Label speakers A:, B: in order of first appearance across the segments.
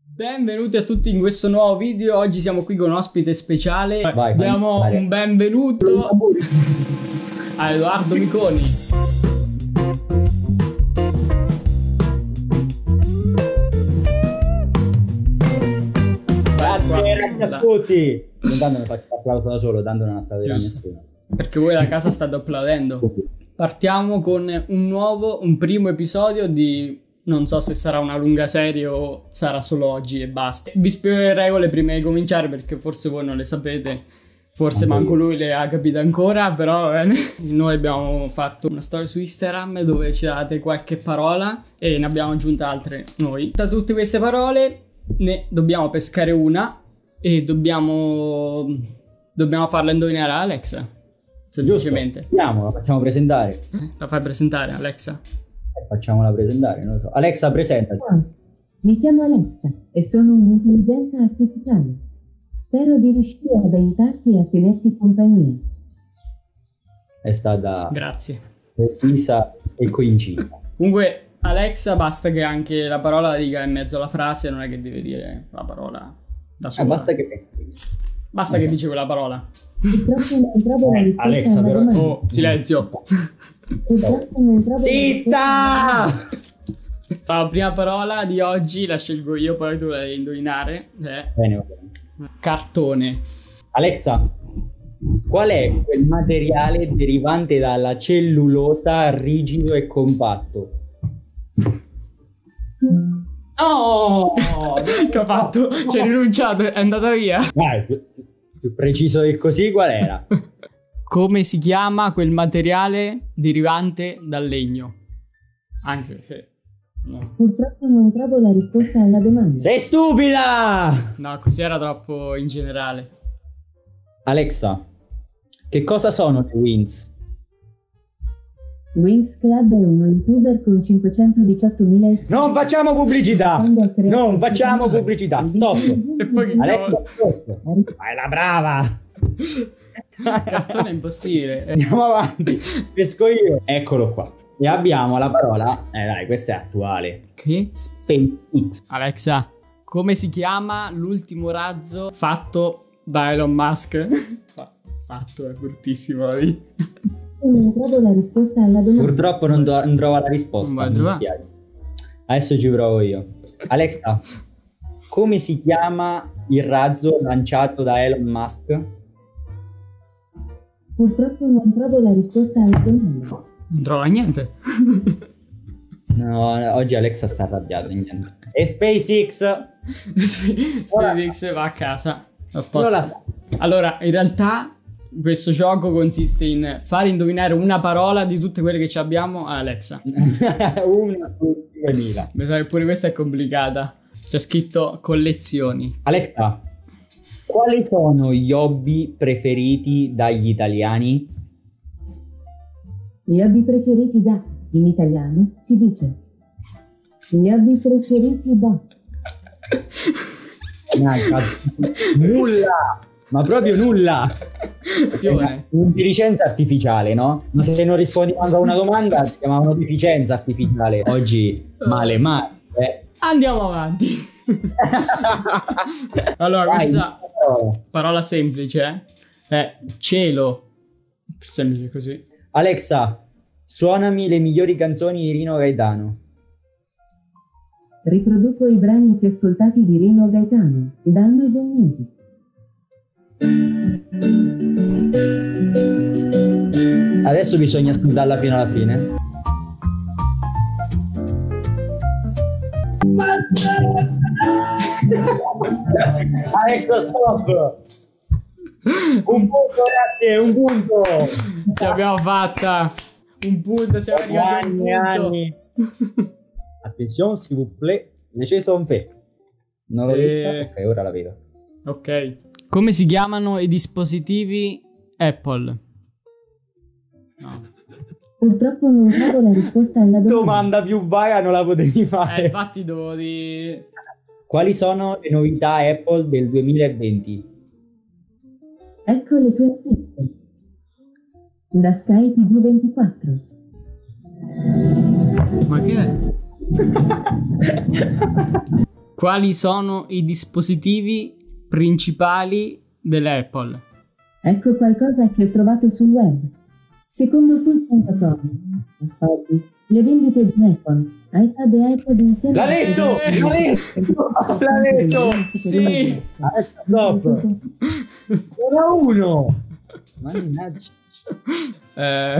A: Benvenuti a tutti in questo nuovo video. Oggi siamo qui con un ospite speciale.
B: vai,
A: Diamo
B: vai.
A: un benvenuto a Edoardo Miconi.
B: Grazie ragazzi
A: Là.
B: a tutti! Non dando una fac- applauso da solo, dando una applauso a
A: Giusto.
B: nessuno.
A: Perché voi la casa state applaudendo. Partiamo con un nuovo, un primo episodio di. Non so se sarà una lunga serie o sarà solo oggi e basta. Vi spiego le regole prima di cominciare perché forse voi non le sapete, forse manco lui le ha capite ancora, però va bene. Noi abbiamo fatto una storia su Instagram dove ci date qualche parola e ne abbiamo aggiunta altre noi. Da tutte queste parole ne dobbiamo pescare una e dobbiamo, dobbiamo farla indovinare a Alexa, semplicemente.
B: Andiamo, la facciamo presentare.
A: Mm. La fai presentare, Alexa.
B: Eh, Facciamola presentare, non lo so. Alexa, presenta.
C: Ciao, mi chiamo Alexa e sono un'intelligenza artificiale. Spero di riuscire ad aiutarti e a tenerti compagnia.
B: È stata
A: Grazie.
B: precisa e coincida.
A: Comunque, Alexa, basta che anche la parola la dica in mezzo alla frase, non è che deve dire la parola da
B: Eh,
A: sola.
B: basta che
A: Basta che dice quella parola.
C: Purtroppo non trovo la
B: Eh,
C: risposta
B: Alexa,
C: alla
B: però-
C: domanda.
A: Oh, silenzio.
C: Purtroppo non trovo la risposta alla domanda.
A: La prima parola di oggi la scelgo io, poi tu la devi indovinare. È
B: Bene, va bene.
A: cartone.
B: Alexa, qual è quel materiale derivante dalla cellulosa rigido e compatto? No!
A: che ho fatto? Ci hai rinunciato, è andata via.
B: Vai, più- più preciso di così qual era?
A: Come si chiama quel materiale derivante dal legno? Anche se... No.
C: Purtroppo non trovo la risposta alla domanda.
B: Sei stupida!
A: No, così era troppo in generale.
B: Alexa, che cosa sono le wins?
C: Wings Club è uno youtuber con 518.000 iscritti.
B: Non facciamo pubblicità!
C: Quando ha creato
B: Non
C: il suo
B: facciamo
C: canale,
B: pubblicità,
C: il
B: stop.
C: video-
A: E poi che
B: Alexa, stop. Vai la brava!
A: Cartone è impossibile. Eh,
B: Andiamo avanti, pesco io. Eccolo qua. E abbiamo la parola, eh dai, questa è attuale.
A: Che?
B: SpaceX.
A: Alexa, come si chiama l'ultimo razzo fatto da Elon Musk? Fa- fatto, è bruttissimo. lì.
C: Non trovo la risposta alla domanda.
B: Purtroppo non, do- non trovo la risposta,
A: Non
B: mi
A: va a
B: dispiace. Adesso ci provo io. Alexa, come si chiama il razzo lanciato da Elon Musk?
C: Purtroppo non trovo la risposta alla domanda.
A: Non trova niente.
B: No, oggi Alexa sta arrabbiata, niente. E SpaceX?
A: SpaceX va a casa. A posto.
B: Non la sa.
A: Allora, in realtà questo gioco consiste in far indovinare una parola di tutte quelle che ci abbiamo a Alexa.
B: Una su 2000.
A: Mi sa che pure questa è complicata. C'è scritto collezioni.
B: Alexa, quali sono gli hobby preferiti dagli italiani?
C: Gli hobby preferiti da, in italiano, si dice. Gli hobby preferiti da.
B: Manca nulla, ma proprio nulla.
A: Attenzione.
B: Intelligenza artificiale, no? Ma se non rispondi manco a una domanda, si chiamavano deficienza artificiale. Oggi male, male. eh.
A: Andiamo avanti. Allora,
B: Vai,
A: questa parola semplice eh, è cielo. Semplice così.
B: Alexa, suonami le migliori canzoni di Rino Gaetano.
C: Riproduco i brani più ascoltati di Rino Gaetano, da Amazon Music.
B: Adesso bisogna ascoltarla fino alla fine. Alexa, stop! Un punto, grazie, un punto!
A: Ce l'abbiamo fatta. Un punto, siamo arrivati a un
B: Anni,
A: punto.
B: anni. Attenzione, s'il vous plaît, le un fait. Non l'ho
A: Eh.
B: vista? Ok, ora la vedo.
A: Ok. Come si chiamano i dispositivi Apple? No.
C: Purtroppo non trovo la risposta alla domanda.
B: Domanda più vaga non la potevi
A: Eh,
B: fare.
A: infatti devo dire...
B: Quali sono le novità Apple del 2020?
C: Ecco le tue notizie. Da Sky TV24.
A: Ma che è? Quali sono i dispositivi principali dell'Apple?
C: Ecco qualcosa che ho trovato sul web. Secondo full.com, oggi, le vendite di iPhone, iPad e iPod insieme...
B: L'ha letto!
A: Eh.
B: L'ha letto! L'ha letto!
A: Sì.
B: Adesso Stop! Era uno! Mannaggia.
A: Eh,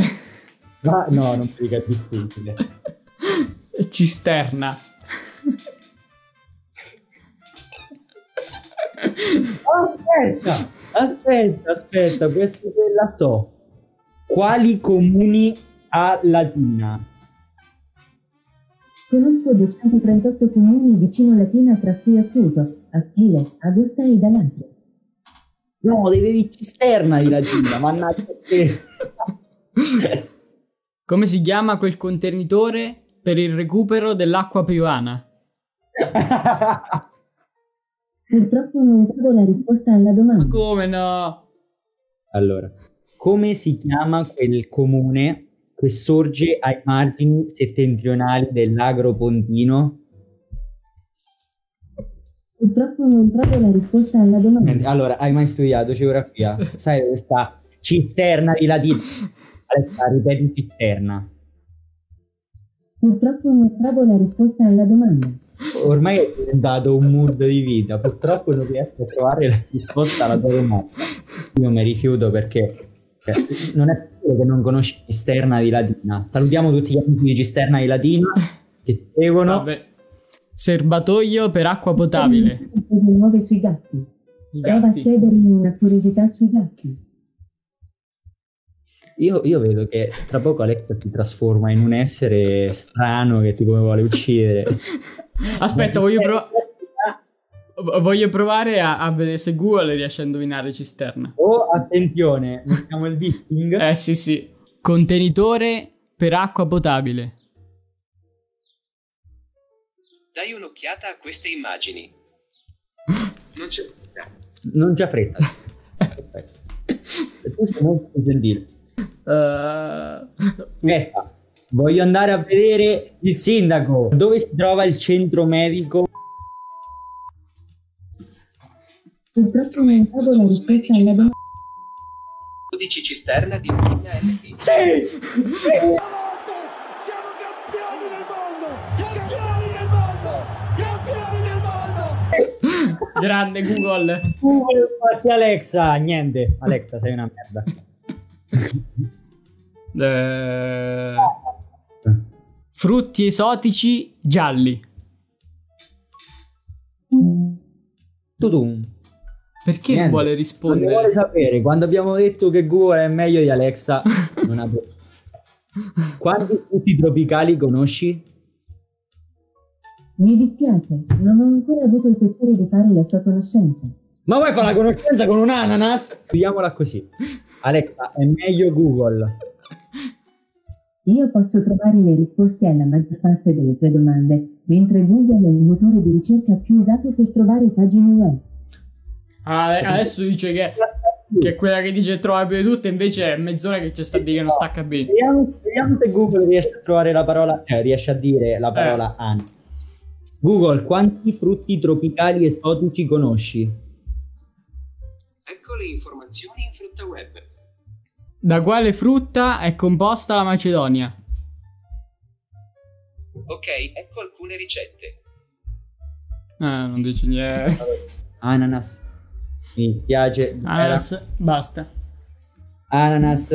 B: Ma no, non mi dica cioè. è difficile.
A: cisterna.
B: Aspetta, aspetta, aspetta, questo che la so. Quali comuni ha Latina?
C: Conosco 238 comuni vicino Latina tra cui Acuto, Attile, Agosta ed Alatri.
B: No, deve di cisterna di Latina, mannaggia te.
A: Come si chiama quel contenitore per il recupero dell'acqua piovana?
C: Purtroppo non trovo la risposta alla
A: Ma
C: domanda.
A: come no?
B: allora, come si chiama quel comune che sorge ai margini settentrionali del Lagro Pontino?
C: Purtroppo non trovo la risposta alla domanda.
B: Allora, hai mai studiato geografia? Sai dove sta cisterna di Latina? Adesso ripeti cisterna.
C: Purtroppo non trovo la risposta alla domanda.
B: Ormai è diventato un mood di vita, purtroppo non riesco a trovare la risposta alla tua domanda. Io mi rifiuto perché eh, non è possibile che non conosci Cisterna di Latina. Salutiamo tutti gli amici di Cisterna di Latina che seguono.
A: Vabbè. Serbatoio per acqua potabile.
C: Di nuove sui gatti.
A: I
C: Prova a
A: gatti.
C: chiedermi una curiosità sui gatti.
B: Io, io vedo che tra poco Alexa ti trasforma in un essere strano che ti come vuole uccidere.
A: Aspetta, voglio, prova- voglio provare a-, a vedere se Google riesce a indovinare cisterna.
B: Oh, attenzione, mettiamo il dipping.
A: Eh sì sì. Contenitore per acqua potabile.
D: Dai un'occhiata a queste immagini. Non c'è.
B: Non c'è fretta. Perfetto. Tu sei molto gentile.
A: Eh,
B: Aspetta, voglio andare a vedere il sindaco. Dove si trova il centro medico?
C: Purtroppo non trovo la risposta alla domanda.
D: Codici cisterna di Latina LT.
B: Sì!
E: Siamo campioni del mondo! Campioni del mondo! Campioni del mondo!
A: grande Google.
B: Google, fatti Alexa, niente. Alexa, sei una merda.
A: Eh, frutti esotici gialli.
B: Tutum.
A: Perché
B: Niente.
A: vuole
B: Non ne vuole
A: rispondere?
B: sapere, quando abbiamo detto che Google è meglio di Alexa, non ha... Quanti frutti tropicali conosci?
C: Mi dispiace, non ho ancora avuto il piacere di fare la sua conoscenza.
B: Ma vuoi fare la conoscenza con un ananas? Vediamola così. Alexa, è meglio Google.
C: Io posso trovare le risposte alla maggior parte delle tue domande, mentre Google è il motore di ricerca più usato per trovare pagine web.
A: Ah, adesso dice che, che è quella che dice trova più di tutte, invece è mezz'ora che ci sta a dire che non stacca bene.
B: Vediamo, vediamo se Google riesce a trovare la parola, cioè riesce a dire
A: Eh.
B: la parola ananas. Google, quanti frutti tropicali esotici conosci?
D: Ecco le informazioni in frutta web.
A: Da quale frutta è composta la Macedonia? Eh,
D: Ok, ecco alcune ricette.
A: Eh, non dice niente.
B: Ananas. Mi piace.
A: Ananas, Ah, basta.
B: Ananas.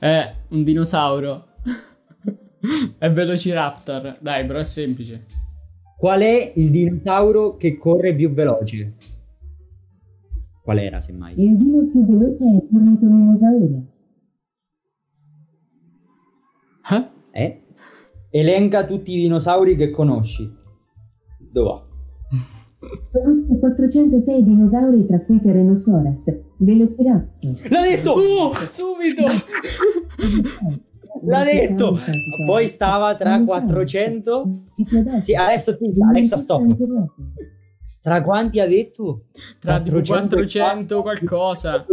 A: È un dinosauro. è Velociraptor. Dai, però è semplice.
B: Qual è il dinosauro che corre più veloce? Qual era, semmai?
C: Il vino più veloce è il ornitomimosauro.
A: Eh?
B: Eh? Elenca tutti i dinosauri che conosci. Dove va?
C: Conosco 406 dinosauri tra cui Terenosaurus, Velociraptor.
B: L'ha detto!
A: Uh, subito!
B: L'ha detto!
C: Eh, Velociraptor,
B: Poi stava tra
C: Tyrannosaurus,
B: 400...
C: Diplodocus,
B: Sì, adesso sì, Alexa stop.
C: Velociraptor.
B: Tra quanti ha detto?
A: Tra tipo
B: 400
A: 400 qualcosa.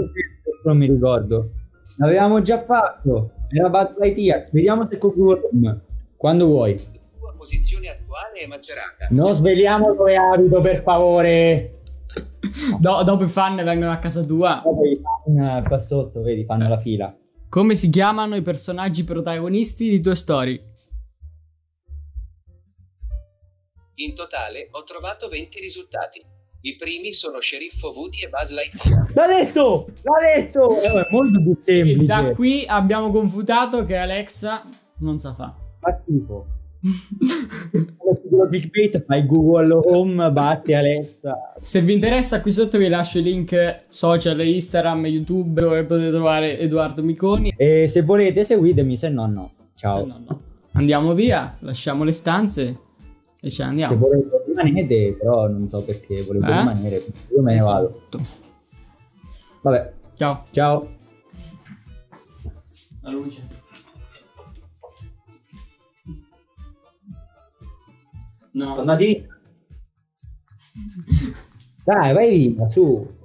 B: Non mi ricordo. L'avevamo già fatto. Era Bad Idea. Vediamo se conferma. Quando vuoi.
D: La tua posizione attuale. percentuale è maggiorata.
B: Non sveliamo dove abito, per favore.
A: Do- dopo i fan vengono a casa tua.
B: Dopo i fan qua sotto, vedi, fanno la fila.
A: Come si chiamano i personaggi protagonisti di Toy Story?
D: In totale ho trovato 20 risultati. I primi sono Sceriffo Woody e Buzz Lightyear.
B: L'ha detto! L'ha detto! Eh, È molto più semplice.
A: Da qui abbiamo confutato che Alexa non sa fa.
B: Fa schifo. Lo clickbait fai Google Home, batti Alexa.
A: Se vi interessa, qui sotto vi lascio i link social, Instagram, YouTube dove potete trovare Edoardo Miconi.
B: E se volete seguitemi, se no no. Ciao.
A: No, no. Andiamo via, lasciamo le stanze e ce ne
B: Se
A: andiamo.
B: volete rimanete, però non so perché volevo
A: Eh?
B: rimanere. Io me ne vado.
A: Esatto.
B: Vabbè,
A: Ciao.
B: ciao.
A: La luce. No.
B: Sono andati via. Dai, vai via, su.